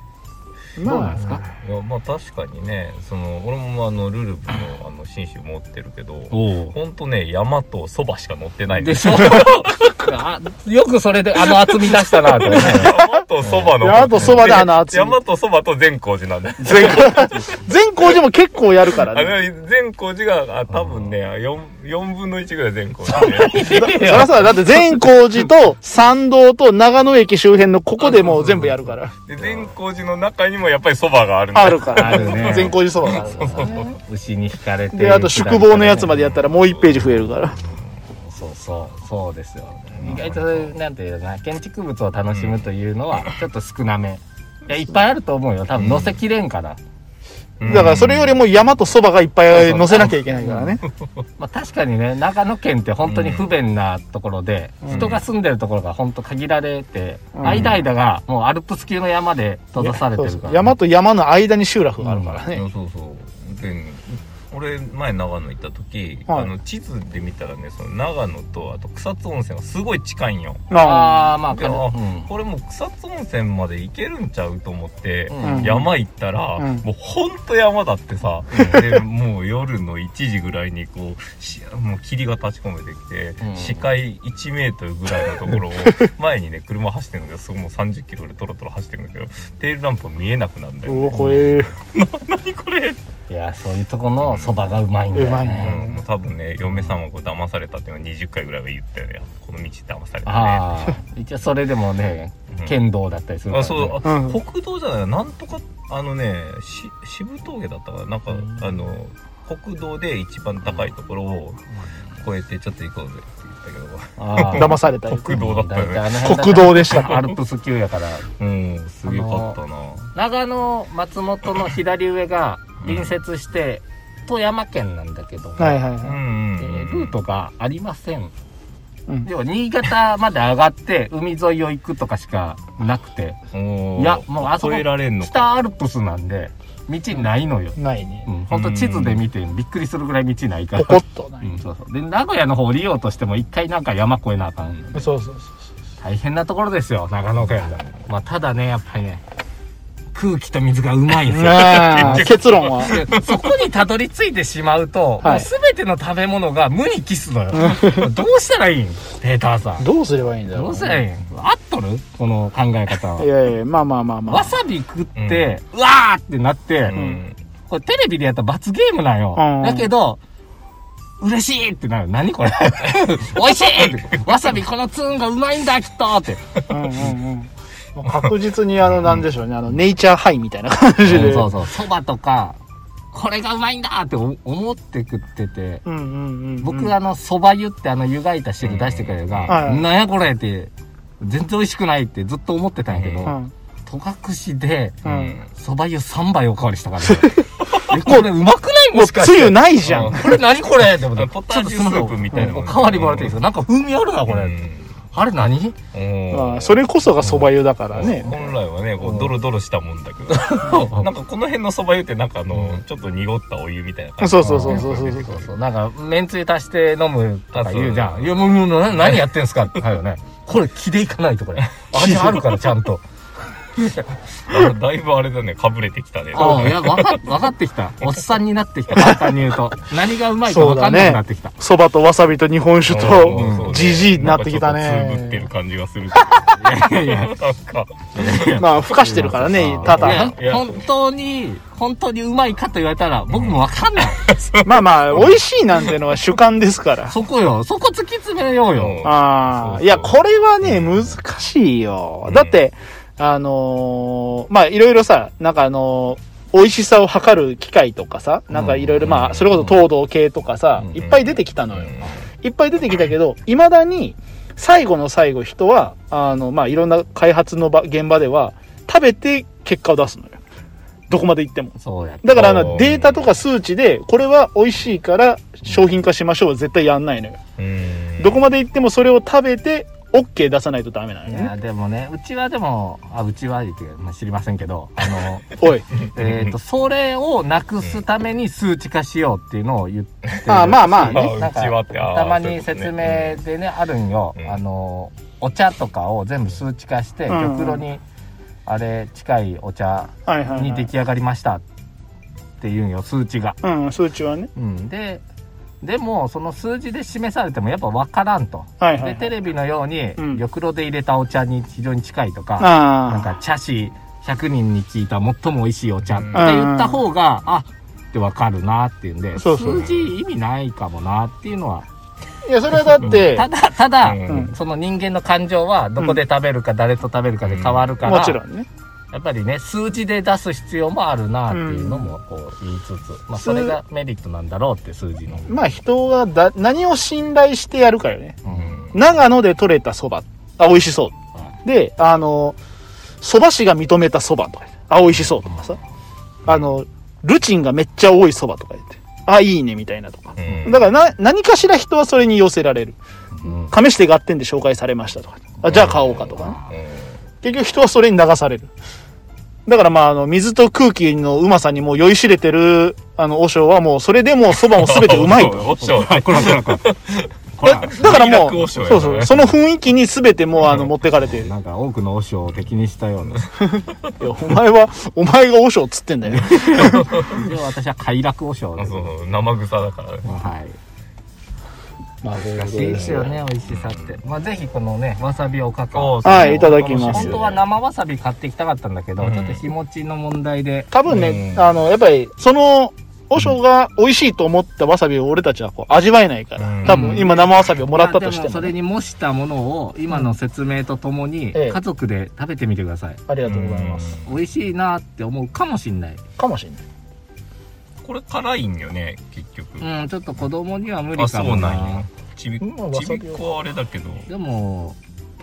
[SPEAKER 1] どうなん
[SPEAKER 2] ま
[SPEAKER 1] ですか、
[SPEAKER 3] いやまあ確かにねその俺もまああのルルブのあの新種持ってるけど
[SPEAKER 1] おお
[SPEAKER 3] ほんとね山とそばしか乗ってない
[SPEAKER 1] でしょあよくそれであの厚み出したなと思って
[SPEAKER 3] 山とそばの
[SPEAKER 2] 山とそばであの厚み
[SPEAKER 3] 山とそばと善光寺なんだよ
[SPEAKER 2] あ全校全校でも結構やるから
[SPEAKER 3] あ
[SPEAKER 2] ね
[SPEAKER 3] の善光寺があ多分ね 4, 4分の1ぐらい善光寺で
[SPEAKER 2] そりゃそうだだって善光寺と参道と長野駅周辺のここでもう全部やるから
[SPEAKER 3] で善光寺の中にもやっぱりそばがあるんだ
[SPEAKER 2] あ
[SPEAKER 3] よ
[SPEAKER 2] るから
[SPEAKER 1] あるね
[SPEAKER 2] 善光寺そばがある
[SPEAKER 1] 牛に惹かれて
[SPEAKER 2] であと宿坊のやつまでやったらもう1ページ増えるから
[SPEAKER 1] そうそうそうですよ意外となんていうのかな建築物を楽しむというのはちょっと少なめ、いやいっぱいあると思うよ多分載せきれんから、
[SPEAKER 3] うん
[SPEAKER 2] だからそれよりも山とそばがいっぱい乗せなきゃいけないからね
[SPEAKER 1] まあ、確かにね長野県って本当に不便なところで、
[SPEAKER 2] うん
[SPEAKER 1] 人が住んでるところが本当限られて、
[SPEAKER 2] うん
[SPEAKER 1] 間々がもうアルプス級の山で閉ざされて
[SPEAKER 2] そう
[SPEAKER 1] る
[SPEAKER 2] そ
[SPEAKER 1] か
[SPEAKER 2] う
[SPEAKER 1] ら、
[SPEAKER 2] 山と山の間に集落があるから
[SPEAKER 3] い
[SPEAKER 2] ね
[SPEAKER 3] やそうそうで俺前長野行った時、
[SPEAKER 2] はい
[SPEAKER 3] あの地図で見たらねその長野とあと草津温泉がすごい近いんよ
[SPEAKER 2] あ
[SPEAKER 1] ああまあ
[SPEAKER 3] いや
[SPEAKER 1] うん
[SPEAKER 3] これもう草津温泉まで行けるんちゃうと思って、
[SPEAKER 1] うん
[SPEAKER 2] うん
[SPEAKER 3] 山行ったら、
[SPEAKER 2] うん
[SPEAKER 3] もうほんと山だってさ、でもう夜の1時ぐらいにこうしもう霧が立ち込めてきて、
[SPEAKER 1] うん
[SPEAKER 3] 視界1メートルぐらいのとこ ろを前にね車走ってるんだけどそこもう30キロでトロトロ走ってるんだけどテールランプ見えなくなるんだ
[SPEAKER 2] う
[SPEAKER 3] よ、
[SPEAKER 2] んうおこれ
[SPEAKER 3] 何これ、
[SPEAKER 1] いやそういうとこのそばがうまいんだよね
[SPEAKER 2] うまい
[SPEAKER 3] うん
[SPEAKER 2] ね
[SPEAKER 3] もう多分ね嫁さんはこう騙されたっていうのは20回ぐらいは言ったよねこの道騙されたね
[SPEAKER 1] ああ一応それでもね
[SPEAKER 3] うん
[SPEAKER 1] 剣道だったりするから、
[SPEAKER 3] あ
[SPEAKER 1] ね、
[SPEAKER 3] そう、
[SPEAKER 2] う
[SPEAKER 3] あ
[SPEAKER 2] ん
[SPEAKER 3] 北道じゃないなんとかあのねし渋峠だったかななんか、
[SPEAKER 1] うん
[SPEAKER 3] あの国道で一番高いところを越えてちょっと行こうぜって言った
[SPEAKER 1] あ
[SPEAKER 2] 騙されたよ
[SPEAKER 3] けど国道だったよね
[SPEAKER 1] ね
[SPEAKER 2] 国道でした
[SPEAKER 1] アルプス級やから
[SPEAKER 3] うんすげえかったな
[SPEAKER 1] 長野松本の左上が隣接して富山県なんだけども、
[SPEAKER 2] はいはい
[SPEAKER 3] うん
[SPEAKER 2] は
[SPEAKER 3] う
[SPEAKER 1] え
[SPEAKER 3] ん、うん
[SPEAKER 1] ールートがありません、
[SPEAKER 2] うん
[SPEAKER 1] 要は新潟まで上がって海沿いを行くとかしかなくて
[SPEAKER 3] おー
[SPEAKER 1] いやもうあそこ
[SPEAKER 3] 越えられんのか
[SPEAKER 1] 北アルプスなんで道ないのよ、
[SPEAKER 2] いないね
[SPEAKER 1] うん、ほんと地図で見てびっくりするぐらい道ないから
[SPEAKER 2] ポコッとな
[SPEAKER 1] う
[SPEAKER 2] い
[SPEAKER 1] ん、そうそうで名古屋の方降りようとしても一回なんか山越えなあかんので
[SPEAKER 2] そうそうそう
[SPEAKER 1] 大変なところですよ長野県が、まあ、ただねやっぱりね空気と水がうまいんです
[SPEAKER 2] そ
[SPEAKER 1] よ
[SPEAKER 2] う なあ結論は
[SPEAKER 1] でそこにたどり着いてしまうと、
[SPEAKER 2] は
[SPEAKER 1] もう
[SPEAKER 2] い
[SPEAKER 1] 全ての食べ物が無に帰すのよ。どうしたらいいんペーターさん。
[SPEAKER 2] どうすればいいんだろう
[SPEAKER 1] どうしたらいいん合っとるこの考え方
[SPEAKER 2] い
[SPEAKER 1] は。
[SPEAKER 2] やいやまあまあまあま
[SPEAKER 1] わさび食って、うわーってなって、
[SPEAKER 3] うん
[SPEAKER 1] これテレビでやったら罰ゲームなんよ。
[SPEAKER 2] うん
[SPEAKER 1] だけど、嬉しいってなる。何 これ美味しいってわさびこのツーンがうまいんだきっとって。
[SPEAKER 2] あうんうんうんもう確実にあのなんでしょうねあのネイチャーハイみたいな感じで
[SPEAKER 1] そうそう。そばとか、これがうまいんだって思思って食ってて、
[SPEAKER 2] うんうんうんうん
[SPEAKER 1] 僕あのそば湯ってあの湯がいた汁出してくれるが、
[SPEAKER 2] うん
[SPEAKER 1] なんやこれって全然美味しくないってずっと思ってたんやけど、
[SPEAKER 2] うん
[SPEAKER 1] 戸隠で
[SPEAKER 2] う
[SPEAKER 3] うんん
[SPEAKER 1] そば湯3杯おかわりした から、ね、えこれうまくない
[SPEAKER 2] も
[SPEAKER 1] も
[SPEAKER 2] う
[SPEAKER 1] しかして
[SPEAKER 2] つゆないじゃん
[SPEAKER 3] あ
[SPEAKER 1] これ何これって思って
[SPEAKER 3] ポタージュスープみたいなもん
[SPEAKER 1] おかわりもらっていいですかなんか風味あるなこれ、あれ何
[SPEAKER 3] うん
[SPEAKER 2] まあそれこそがそば湯だからね
[SPEAKER 3] 本来はねこうドロドロしたもんだけど、なんかこの辺のそば湯ってなんかあの、ちょっと濁ったお湯みたいな 感じ
[SPEAKER 2] そうそうそうそうそうそう
[SPEAKER 1] そうなんかめんつゆ足して飲むとか言うじ
[SPEAKER 3] あ
[SPEAKER 1] ゃ
[SPEAKER 3] そ
[SPEAKER 1] ん
[SPEAKER 3] う
[SPEAKER 1] いやもうもうな何やってんすかってなるよね これ気でいかないとこ れ味あるからちゃんと
[SPEAKER 3] あだいぶあれだねかぶれてきたね
[SPEAKER 1] ああ、いや、分かっ、分かってきた。おっさんになってき た、簡単に言うと。何がうまいか分かんなくなってきた。
[SPEAKER 2] そばとわさびと日本酒
[SPEAKER 3] うん
[SPEAKER 2] とじじいになってきた
[SPEAKER 3] なんかちょっとつぶって
[SPEAKER 2] ね
[SPEAKER 3] る感じがするけど
[SPEAKER 1] いやいや
[SPEAKER 3] なんか
[SPEAKER 2] まあふかしてるからねた
[SPEAKER 1] い
[SPEAKER 2] だ
[SPEAKER 1] や本当に、本当にうまいかと言われたら、僕も分かんない。
[SPEAKER 2] まあまあ美味しいなんてのは主観ですから
[SPEAKER 1] そこよ、そこ突き詰めようよ。
[SPEAKER 2] ああ
[SPEAKER 3] そうそう
[SPEAKER 2] いやこれはね難しいよだってあのーまあいろいろさなんかあのー美味しさを測る機械とかさ、なんかいろいろ、まあ、それこそ糖度計とかさ
[SPEAKER 1] う、ん
[SPEAKER 2] いっぱい出てきたのよ。いっぱい出てきたけど、未だに、最後の最後人は、あの、まあ、いろんな開発の場、現場では、食べて結果を出すのよ。どこまで行っても。
[SPEAKER 1] そうやって
[SPEAKER 2] だからあ
[SPEAKER 3] お
[SPEAKER 2] の
[SPEAKER 3] ー
[SPEAKER 2] データとか数値で、これは美味しいから商品化しましょうは絶対やんないのよ。
[SPEAKER 3] うん
[SPEAKER 2] どこまで行ってもそれを食べて、OK 出さないとダメなの
[SPEAKER 1] い
[SPEAKER 2] よ
[SPEAKER 1] や
[SPEAKER 2] ね。
[SPEAKER 1] でもねうちはでもあうちは言ってまあ知りませんけどあの
[SPEAKER 2] おい。
[SPEAKER 1] えっとそれをなくすために数値化しようっていうのを言ってる
[SPEAKER 2] あまあまあね。
[SPEAKER 3] あ
[SPEAKER 1] なんか
[SPEAKER 3] うちはってあー
[SPEAKER 1] たまに説明でねあるんよ、
[SPEAKER 3] うん
[SPEAKER 1] あのお茶とかを全部数値化して、
[SPEAKER 2] うん
[SPEAKER 1] 玉露にあれ近いお茶
[SPEAKER 2] はいはい、
[SPEAKER 1] に
[SPEAKER 2] は
[SPEAKER 1] 出
[SPEAKER 2] い。
[SPEAKER 1] 来上がりましたっていうんよ数値が、
[SPEAKER 2] うん、数値はね。
[SPEAKER 1] うん、ででもその数字で示されてもやっぱ分からんと、
[SPEAKER 2] はいはいはい
[SPEAKER 1] でテレビのように
[SPEAKER 2] うん
[SPEAKER 1] 玉露で入れたお茶に非常に近いとか、なん
[SPEAKER 2] あ
[SPEAKER 1] か茶師100人に聞いた最も美味しいお茶って言った方が、あって分かるなっていうんで
[SPEAKER 2] そうそう
[SPEAKER 1] 数字意味ないかもなっていうのは
[SPEAKER 2] あ。いや、それはだって、
[SPEAKER 1] ただただ、
[SPEAKER 3] うん
[SPEAKER 1] その人間の感情はどこで食べるか誰と食べるかで変わるから、
[SPEAKER 2] もちろんね。
[SPEAKER 1] やっぱりね数字で出す必要もあるなっていうのもこう言いつつ、まあ、
[SPEAKER 2] 数
[SPEAKER 1] それがメリットなんだろうって数字の、
[SPEAKER 2] まあ人がだ何を信頼してやるかよね。
[SPEAKER 1] うん
[SPEAKER 2] 長野で採れた蕎麦。あ、美味しそう。で、あの、蕎麦師が認めた蕎麦とか言って、あ、美味しそうとかさ、あの、ルチンがめっちゃ多い蕎麦とか言って、あ、いいねみたいなとか。
[SPEAKER 3] うん
[SPEAKER 2] だからな、何かしら人はそれに寄せられる。
[SPEAKER 1] うん
[SPEAKER 2] 試して合点で紹介されましたとか。あ、じゃあ買おうかとかね。結局人はそれに流される。だからまあ、あの、水と空気のうまさにもう酔いしれてる、あの、和尚はもう、それでもう蕎麦も全てうまい と。
[SPEAKER 3] おっしょこらこらこらこ
[SPEAKER 2] だだからもう、そ
[SPEAKER 3] そうう
[SPEAKER 2] そ、
[SPEAKER 3] そうう
[SPEAKER 2] その雰囲気に全てもう、あの、持ってかれてる。い
[SPEAKER 1] なんか多くの和尚を敵にしたような
[SPEAKER 2] やお前は、お前が和尚っつってんだ よ。
[SPEAKER 1] で私は快楽和尚です、
[SPEAKER 3] そう生臭だからね
[SPEAKER 1] はい
[SPEAKER 2] まあ、
[SPEAKER 1] 難しいですよね美味しさって、まあぜひこのねわさびおかか
[SPEAKER 3] そう
[SPEAKER 1] 本
[SPEAKER 3] そう
[SPEAKER 2] はいいただきます
[SPEAKER 1] 当は生わさび買ってきたかったんだけど、
[SPEAKER 3] うん
[SPEAKER 1] ちょっと日持ちの問題で
[SPEAKER 2] 多分ね、
[SPEAKER 3] うん
[SPEAKER 2] あの、やっぱり、その、和尚が美味しいと思ったわさびを俺たちはこう、味わえないか
[SPEAKER 3] う
[SPEAKER 2] ら。
[SPEAKER 3] ん
[SPEAKER 2] 多分、今生わさびをもらったとし
[SPEAKER 1] まあでも
[SPEAKER 2] ても
[SPEAKER 1] それ
[SPEAKER 2] ね。
[SPEAKER 1] に模したものを今の説明とともに
[SPEAKER 2] ええ
[SPEAKER 1] 家族で食べてみてください、
[SPEAKER 2] ありがとうございます。
[SPEAKER 1] 美味しいなって思うかもしんない
[SPEAKER 2] かもしれない。
[SPEAKER 3] これ辛いんよね結局
[SPEAKER 1] うんちょっと子供には無理
[SPEAKER 3] あ
[SPEAKER 1] か
[SPEAKER 3] そ
[SPEAKER 1] も
[SPEAKER 3] う
[SPEAKER 1] な
[SPEAKER 3] なんやちび
[SPEAKER 2] うんわ
[SPEAKER 3] ち
[SPEAKER 2] さ
[SPEAKER 3] び
[SPEAKER 2] び
[SPEAKER 3] っ子はあれだけど
[SPEAKER 1] でも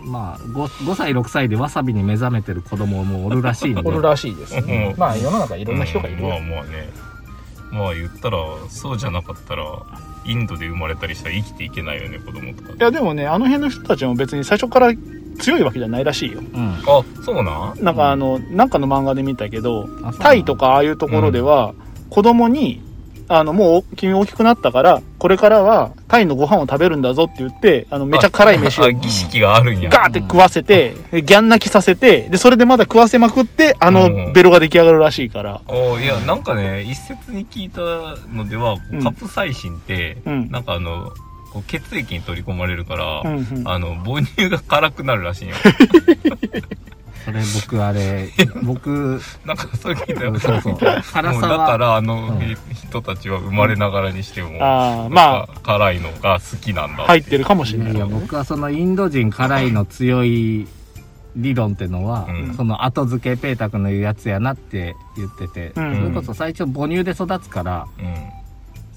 [SPEAKER 1] まあ 5, 5歳6歳でわさびに目覚めてる子供もおるらしいんで
[SPEAKER 2] おるらしいですね。
[SPEAKER 3] うん
[SPEAKER 2] まあ、世の中い
[SPEAKER 3] い
[SPEAKER 2] ろんな人がいるよ
[SPEAKER 3] まあ。まあねまあ言ったらそうじゃなかったらインドで生まれたりしたら生きていけないよね子供とか
[SPEAKER 2] いや、でもね、あの辺の人たちも別に最初から強いわけじゃないらしいよ。
[SPEAKER 1] うん
[SPEAKER 3] あそうなん
[SPEAKER 2] なんかあの、なんかの漫画で見たけど、
[SPEAKER 1] あそう
[SPEAKER 2] タイとかああいうところでは、子供に、あの、もう君大きくなったから、これからはタイのご飯を食べるんだぞって言って、あの、めちゃ辛い飯を
[SPEAKER 3] あ儀式があるんや
[SPEAKER 2] ガーって食わせて、でギャン泣きさせて、で、それでまだ食わせまくって、あ
[SPEAKER 3] う
[SPEAKER 2] の、
[SPEAKER 3] ん
[SPEAKER 2] ベロが出来上がるらしいから。
[SPEAKER 3] おーいやなんかね一説に聞いたのではこう
[SPEAKER 2] うん
[SPEAKER 3] カプサイシンって、
[SPEAKER 2] うん
[SPEAKER 3] なんかあのこう血液に取り込まれるから、
[SPEAKER 2] うんうん
[SPEAKER 3] あの母乳が辛くなる らしいんよ
[SPEAKER 1] それ僕あれ僕
[SPEAKER 3] なんかそう聞いた
[SPEAKER 1] そ
[SPEAKER 3] よ
[SPEAKER 1] うそう辛さ
[SPEAKER 3] もうだか
[SPEAKER 1] は
[SPEAKER 3] らあの、
[SPEAKER 1] うん
[SPEAKER 3] え人たちは生まれながらにしても、
[SPEAKER 2] ああ、ま
[SPEAKER 3] あ辛いのが好きなん
[SPEAKER 2] あ、
[SPEAKER 3] だ
[SPEAKER 2] 入ってるかもし
[SPEAKER 1] い
[SPEAKER 2] れな
[SPEAKER 1] や
[SPEAKER 2] い
[SPEAKER 1] い
[SPEAKER 2] よ
[SPEAKER 1] や
[SPEAKER 2] ね。
[SPEAKER 1] 僕はそのインド人辛いの強い理論ってのは、
[SPEAKER 3] うん
[SPEAKER 1] その後付けペータ君の言うやつやなって言ってて、
[SPEAKER 2] うん
[SPEAKER 1] それこそ最初母乳で育つから
[SPEAKER 3] う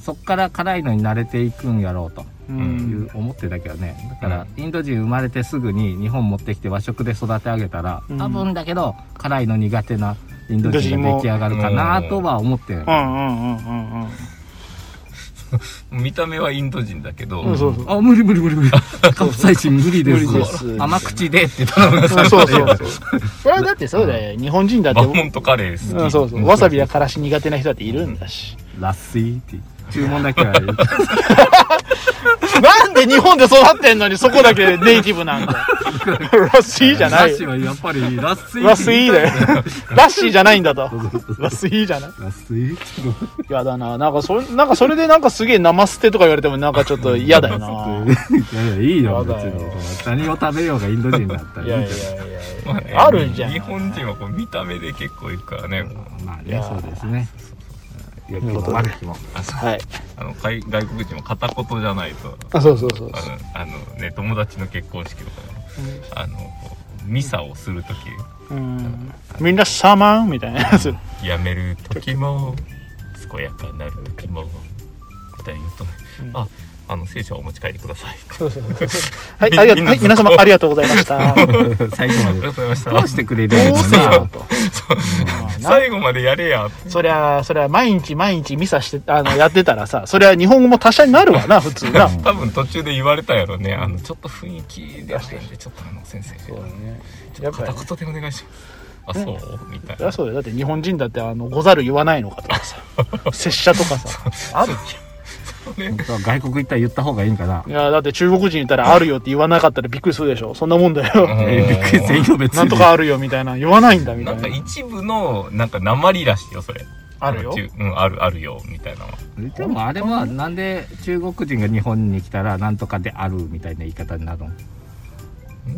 [SPEAKER 1] そっから辛いのに慣れていくんやろうと
[SPEAKER 2] う
[SPEAKER 1] い
[SPEAKER 2] ん
[SPEAKER 1] う思ってたけどねだからインド人生まれてすぐに日本持ってきて和食で育て上げたら、
[SPEAKER 2] うん
[SPEAKER 1] 多分だけど辛いの苦手なインド人が出来上がるかなとは思ってる、
[SPEAKER 2] うんうんうんうん
[SPEAKER 3] ん、見た目はインド人だけど、
[SPEAKER 2] うん。そうそう。
[SPEAKER 1] あ無理無理無理無理カプサイシン無理です
[SPEAKER 2] 無理です
[SPEAKER 1] 甘口でって言ったのが
[SPEAKER 2] そう そうそう。それはだってそうだよ。日本人だって
[SPEAKER 3] バ。モントカレー好き、
[SPEAKER 2] うん、そうそう。わさびやからし苦手な人だっているんだし。
[SPEAKER 1] ラッシーって注文だけは
[SPEAKER 2] なんで日本で育ってんのにそこだけネイティブなん だラスイーじゃな
[SPEAKER 1] ラッ
[SPEAKER 2] い
[SPEAKER 1] シー
[SPEAKER 2] よ。
[SPEAKER 1] はやっぱりラッシー
[SPEAKER 2] ラスイーだよ。 ラッシーじゃないんだと。ラスイーじゃない。
[SPEAKER 1] ラッシーって
[SPEAKER 2] いやだな。なんかそれ、なんかそれでなんかすげえ生捨てとか言われてもなんかちょっと嫌だよな。
[SPEAKER 1] いやいやいいよ
[SPEAKER 2] や
[SPEAKER 1] 別
[SPEAKER 2] だよ
[SPEAKER 1] に何を食べようがインド人だったら
[SPEAKER 2] い
[SPEAKER 1] いい
[SPEAKER 2] やい
[SPEAKER 1] ん
[SPEAKER 2] やい
[SPEAKER 1] じゃない
[SPEAKER 2] やいや。
[SPEAKER 3] まあね
[SPEAKER 2] あるじゃん
[SPEAKER 3] 日本人はこう見た目で結構いくからね
[SPEAKER 1] まあ
[SPEAKER 2] い
[SPEAKER 1] ね
[SPEAKER 2] や
[SPEAKER 1] そうですね良き
[SPEAKER 2] ということ
[SPEAKER 1] も
[SPEAKER 2] で
[SPEAKER 1] 悪きも
[SPEAKER 2] はい。
[SPEAKER 3] あの海外国人も片言じゃないと
[SPEAKER 2] あ、そうそうそう
[SPEAKER 3] あ。のあのね友達の結婚式とかであのこうミサをする時
[SPEAKER 2] うん。みんなサーマンみたいなやつ。
[SPEAKER 3] やめる時も健やかなる時もみたいに言うとねああの聖書をお持ち帰りください
[SPEAKER 2] はい、ありがとう、はい、皆様ありがとうございま した。
[SPEAKER 1] 最後ま
[SPEAKER 3] あり
[SPEAKER 1] で
[SPEAKER 3] がとうございま
[SPEAKER 1] どう
[SPEAKER 3] し
[SPEAKER 1] してくれるんですかと
[SPEAKER 3] た最後までやれや
[SPEAKER 2] そりゃ、そりゃ、毎日毎日ミサして、あの、やってたらさ、そりゃ日本語も他者になるわな、普通 な。
[SPEAKER 3] 多分途中で言われたやろねあのちょっと雰囲気であれなんでちょっとあの先生ちょっと片言でお願いしますあそうみた
[SPEAKER 2] そ
[SPEAKER 3] い
[SPEAKER 2] りゃ
[SPEAKER 3] な
[SPEAKER 2] そうだよ。だって日本人だって、あの、ござる言わないのかとか さ、拙者とかさ。
[SPEAKER 1] ある外国行ったら言った方がいいんかない
[SPEAKER 2] や、だって中国人いたらあるよって言わなかったらびっくりするでしょ。そんなもんだよ。
[SPEAKER 1] えーびっくりせんよ別に
[SPEAKER 2] なんとかあるよみたいな。言わないんだみた
[SPEAKER 3] ないん
[SPEAKER 2] な
[SPEAKER 3] か。一部のなんか鉛らしいよそれ
[SPEAKER 2] あるよ
[SPEAKER 3] 中うんあるあるよみたいなのは
[SPEAKER 1] でもあれはなんで中国人が日本に来たらなんとかであるみたいな言い方になる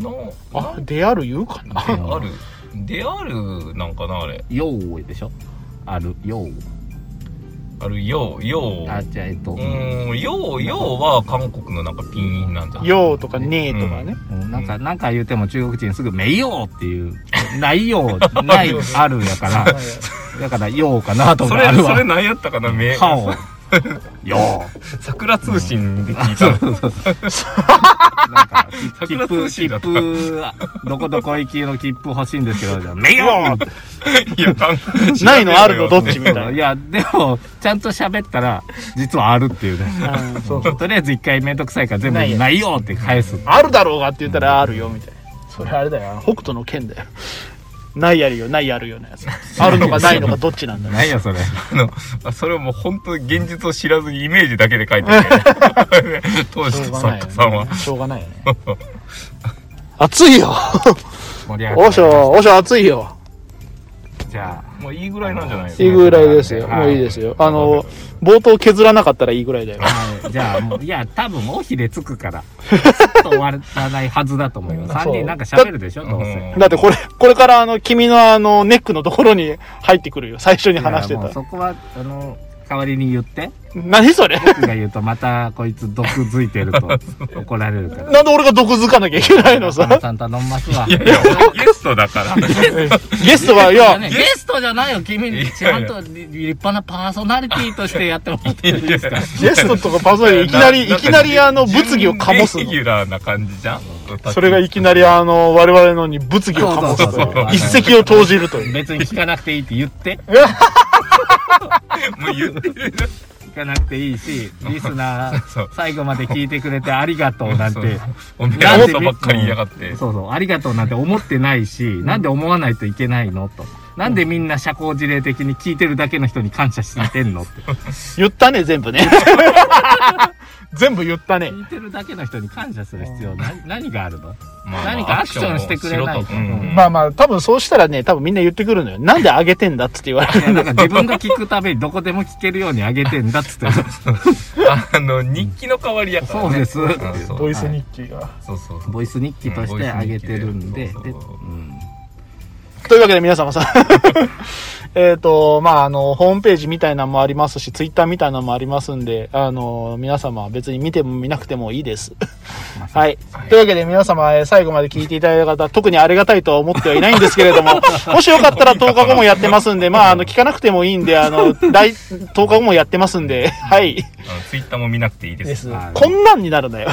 [SPEAKER 1] の
[SPEAKER 3] の
[SPEAKER 2] あ、である言うかな。
[SPEAKER 3] なんであるであるなんかなあれ
[SPEAKER 1] ようでしょあるよう
[SPEAKER 3] あるようよう
[SPEAKER 1] あじゃあえっと、
[SPEAKER 3] うーん、よう、ようは韓国のなんかピンなんじゃない
[SPEAKER 2] ようとかねえとかね。
[SPEAKER 1] うんなんか、なんか言うても中国人すぐ、めいようっていう、ないよう、ない、あるやから、だから、ようかなと思
[SPEAKER 3] そ
[SPEAKER 1] って、
[SPEAKER 3] れ
[SPEAKER 1] あ、る
[SPEAKER 3] それ
[SPEAKER 1] わ。
[SPEAKER 3] 何やったかな、め、
[SPEAKER 1] はお、よ
[SPEAKER 3] 桜通信で聞いたの。
[SPEAKER 1] う。なんか、切
[SPEAKER 3] 桜
[SPEAKER 1] 符、
[SPEAKER 3] 通信
[SPEAKER 1] 切
[SPEAKER 3] だった
[SPEAKER 1] 符、どこどこ行きの切符欲しいんですけど、じゃあめいよう
[SPEAKER 3] いや、韓国
[SPEAKER 2] ないのあるのどっちみた
[SPEAKER 1] い
[SPEAKER 2] い
[SPEAKER 1] や、でも、ちゃんと喋ったら、実はあるっていうね。
[SPEAKER 2] な。うん そうそう。
[SPEAKER 1] とりあえず一回めんどくさいから全部、ないよって返す。
[SPEAKER 2] あるだろうがって言ったらあるよみたいな。それあれだよ。北斗の剣だよ。ないやるよ、ないやるよのやつ。あるのかないのかどっちなんだよ。
[SPEAKER 1] ないよ、それ。
[SPEAKER 3] あの、あそれはもう本当に現実を知らずにイメージだけで書いてる。当時
[SPEAKER 2] しょう
[SPEAKER 3] の
[SPEAKER 2] がない
[SPEAKER 3] 作
[SPEAKER 2] よ
[SPEAKER 3] 家さんは。
[SPEAKER 2] ね。しょうがないよね。 暑いよ。
[SPEAKER 1] 盛り上が
[SPEAKER 2] お
[SPEAKER 1] っ
[SPEAKER 2] しょ、おしょ暑いよ。
[SPEAKER 1] じゃあ、
[SPEAKER 3] もういいぐらいなんじゃないです
[SPEAKER 2] いいぐらいですよ。
[SPEAKER 1] はい
[SPEAKER 2] もういいですよ。あの、冒頭削らなかったらいいぐらいだよ。
[SPEAKER 1] はい、じゃあもう、いや、多分、尾ひれつくから、ちょっと終わらないはずだと思います。3人なんか喋るでしょ、どうせ。
[SPEAKER 2] だってこれ、これからあの、君のあの、ネックのところに入ってくるよ。最初に話し
[SPEAKER 1] い
[SPEAKER 2] て
[SPEAKER 1] やもう
[SPEAKER 2] た。
[SPEAKER 1] そこは、あの、代わりに言って、
[SPEAKER 2] 何それ
[SPEAKER 1] 僕が言うと、またこいつ毒づいてると怒られるから。
[SPEAKER 2] なんで俺が毒づかなきゃいけないの
[SPEAKER 1] 中野
[SPEAKER 2] さ。
[SPEAKER 1] さん頼んますわ。
[SPEAKER 3] いやいや、ゲストだから。
[SPEAKER 2] ゲストは、いや、
[SPEAKER 1] ねゲストじゃないよ、君にちゃんと立派なパーソナリティとしてやってもらっていいですか。
[SPEAKER 2] ゲストとかパソリいきなり、いきなりあの、物議を醸す
[SPEAKER 3] レ
[SPEAKER 2] の
[SPEAKER 3] ギ。ュラーな感じじゃん
[SPEAKER 2] それがいきなりあの、我々のに物議を醸す
[SPEAKER 1] そ
[SPEAKER 2] と
[SPEAKER 1] うそうそう
[SPEAKER 2] いう。一石を投じるという。
[SPEAKER 1] 別に聞かなくていいって言って、
[SPEAKER 3] もう言ってる。
[SPEAKER 1] 聞かなくていいし、リスナ
[SPEAKER 3] そう
[SPEAKER 1] ー、最後まで聞いてくれてありがとうなん
[SPEAKER 3] そう
[SPEAKER 1] て。
[SPEAKER 3] おめえらのことばっかり言いやがって。
[SPEAKER 1] そうそう、ありがとうなんて思ってないし、なんで思わないといけないのと。なんでみんな社交辞令的に聞いてるだけの人に感謝してんのって。
[SPEAKER 2] 言ったね、全部ね。 全部言ったね。
[SPEAKER 1] 聞いてるだけの人に感謝する必要、な何がある の
[SPEAKER 3] まあ
[SPEAKER 1] 何かアクションしてくれない
[SPEAKER 3] アクションをしろとうん
[SPEAKER 2] まあまあ、多分そうしたらね、多分みんな言ってくるのよ。なんであげてんだっつって言われ
[SPEAKER 1] いや、
[SPEAKER 2] る。
[SPEAKER 1] なんか自分が聞くたびにどこでも聞けるようにあげてんだっつって。
[SPEAKER 3] あの、日記の代わりやから、ね。
[SPEAKER 1] そうです
[SPEAKER 3] んそう
[SPEAKER 1] ボイス
[SPEAKER 2] 日記が。
[SPEAKER 3] そうそうそ う
[SPEAKER 1] ボイス日記としてあげてるんで。
[SPEAKER 3] うんボ
[SPEAKER 1] で
[SPEAKER 3] イス日記で
[SPEAKER 1] うん
[SPEAKER 2] というわけで皆様さ、 えっと、まああの、ホームページみたいなのもありますし、ツイッターみたいなのもありますんで、あの、皆様別に見ても見なくてもいいです。はい。というわけで皆様、えー最後まで聞いていただいた方、特にありがたいとは思ってはいないんですけれど も、もしよかったら10日後もやってますんで、まああの、聞かなくてもいいんで、あの、大10日後もやってます んで、はい。
[SPEAKER 3] あのツイッターも見なくていいです。
[SPEAKER 2] です
[SPEAKER 1] はい
[SPEAKER 2] こんなんになるんだ よ。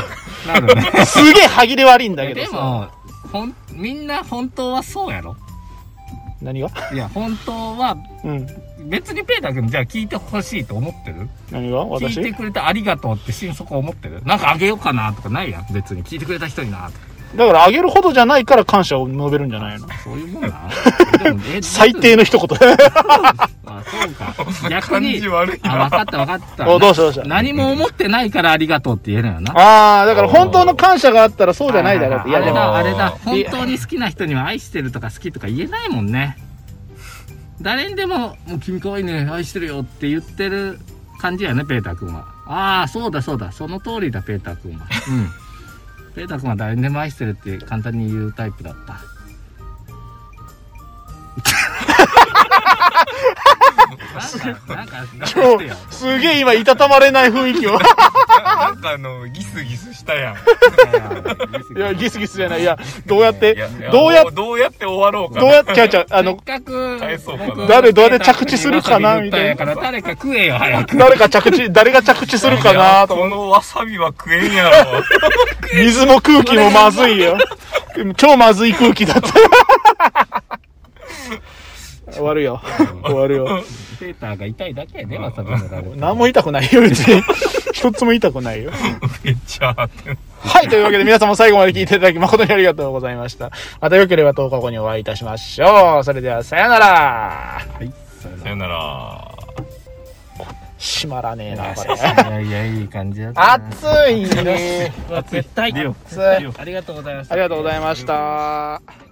[SPEAKER 1] なるね。
[SPEAKER 2] すげえ歯切れ悪いんだけど
[SPEAKER 1] で
[SPEAKER 2] さ。
[SPEAKER 1] も、ほん、みんな本当はそうやろ
[SPEAKER 2] 何が
[SPEAKER 1] いや、本当は
[SPEAKER 2] うん。
[SPEAKER 1] 別にペーター君じゃあ聞いてほしいと思ってる
[SPEAKER 2] 何が私
[SPEAKER 1] 聞いてくれてありがとうって心底思ってるなんかあげようかなとかないやん別に聞いてくれた人になとか
[SPEAKER 2] だからあげるほどじゃないから感謝を述べるんじゃないの
[SPEAKER 1] そういうもん なでもえ
[SPEAKER 2] 最低の一言。
[SPEAKER 1] あそうか逆
[SPEAKER 3] 感
[SPEAKER 1] に
[SPEAKER 3] じ悪い
[SPEAKER 1] あ
[SPEAKER 3] な。
[SPEAKER 1] 分かった分か った
[SPEAKER 2] おどうしたどうした
[SPEAKER 1] 何も思ってないからありがとうって言えるよな
[SPEAKER 2] ああ、だから本当の感謝があったらそうじゃないだろうって。い
[SPEAKER 1] あ
[SPEAKER 2] や
[SPEAKER 1] れ
[SPEAKER 2] でも、
[SPEAKER 1] だあれだ
[SPEAKER 2] い
[SPEAKER 1] 本
[SPEAKER 2] や
[SPEAKER 1] 当に好きな人には愛してるとか好きとか言えないもんね誰にでも「もう君可愛いね愛してるよ」って言ってる感じやねペーター君はああそうだそうだその通りだペーター君はうんペーター君は誰にでも愛してるって簡単に言うタイプだ ったなんか、なんか、
[SPEAKER 2] 今日、すげえ今、いたたまれない雰囲気を。
[SPEAKER 3] なんかあの、ギスギスしたやん。
[SPEAKER 2] いや、ギスギスじゃない。いや、どうやって
[SPEAKER 3] いやいや、
[SPEAKER 2] どうやっ
[SPEAKER 3] どうやって終わろうか
[SPEAKER 2] どう
[SPEAKER 3] な。
[SPEAKER 2] やって、ちゃうちゃう、あ
[SPEAKER 1] せっ
[SPEAKER 2] の、
[SPEAKER 1] かく
[SPEAKER 3] 返そうかな
[SPEAKER 1] 僕
[SPEAKER 2] 誰どうやって着地するかなみた
[SPEAKER 1] わさび振った
[SPEAKER 2] いな
[SPEAKER 1] んやから誰か食えよ、早く。
[SPEAKER 2] 誰か着地、誰が着地するかなと。
[SPEAKER 3] このわさびは食えんやろ。
[SPEAKER 2] 水も空気もまずいよ。超まずい空気だった。終わるよ。終わるよ。
[SPEAKER 1] セーターが痛いだけやで、わさびのられて
[SPEAKER 2] 何も痛くないよ、別に。一つも痛くないよ。
[SPEAKER 3] めっちゃあって。
[SPEAKER 2] はい、というわけで皆様最後まで聞いていただき誠にありがとうございました。また良ければ10日後にお会いいたしましょう。それではさよなら。
[SPEAKER 1] はい、それ
[SPEAKER 3] さよなら。
[SPEAKER 2] 閉まらねえな、これ。
[SPEAKER 1] なら。いや、いい感じだったな。
[SPEAKER 2] 熱いね。
[SPEAKER 1] 熱い。絶対。
[SPEAKER 2] 熱い。
[SPEAKER 1] ありがとうございました
[SPEAKER 2] あり。がとうございました。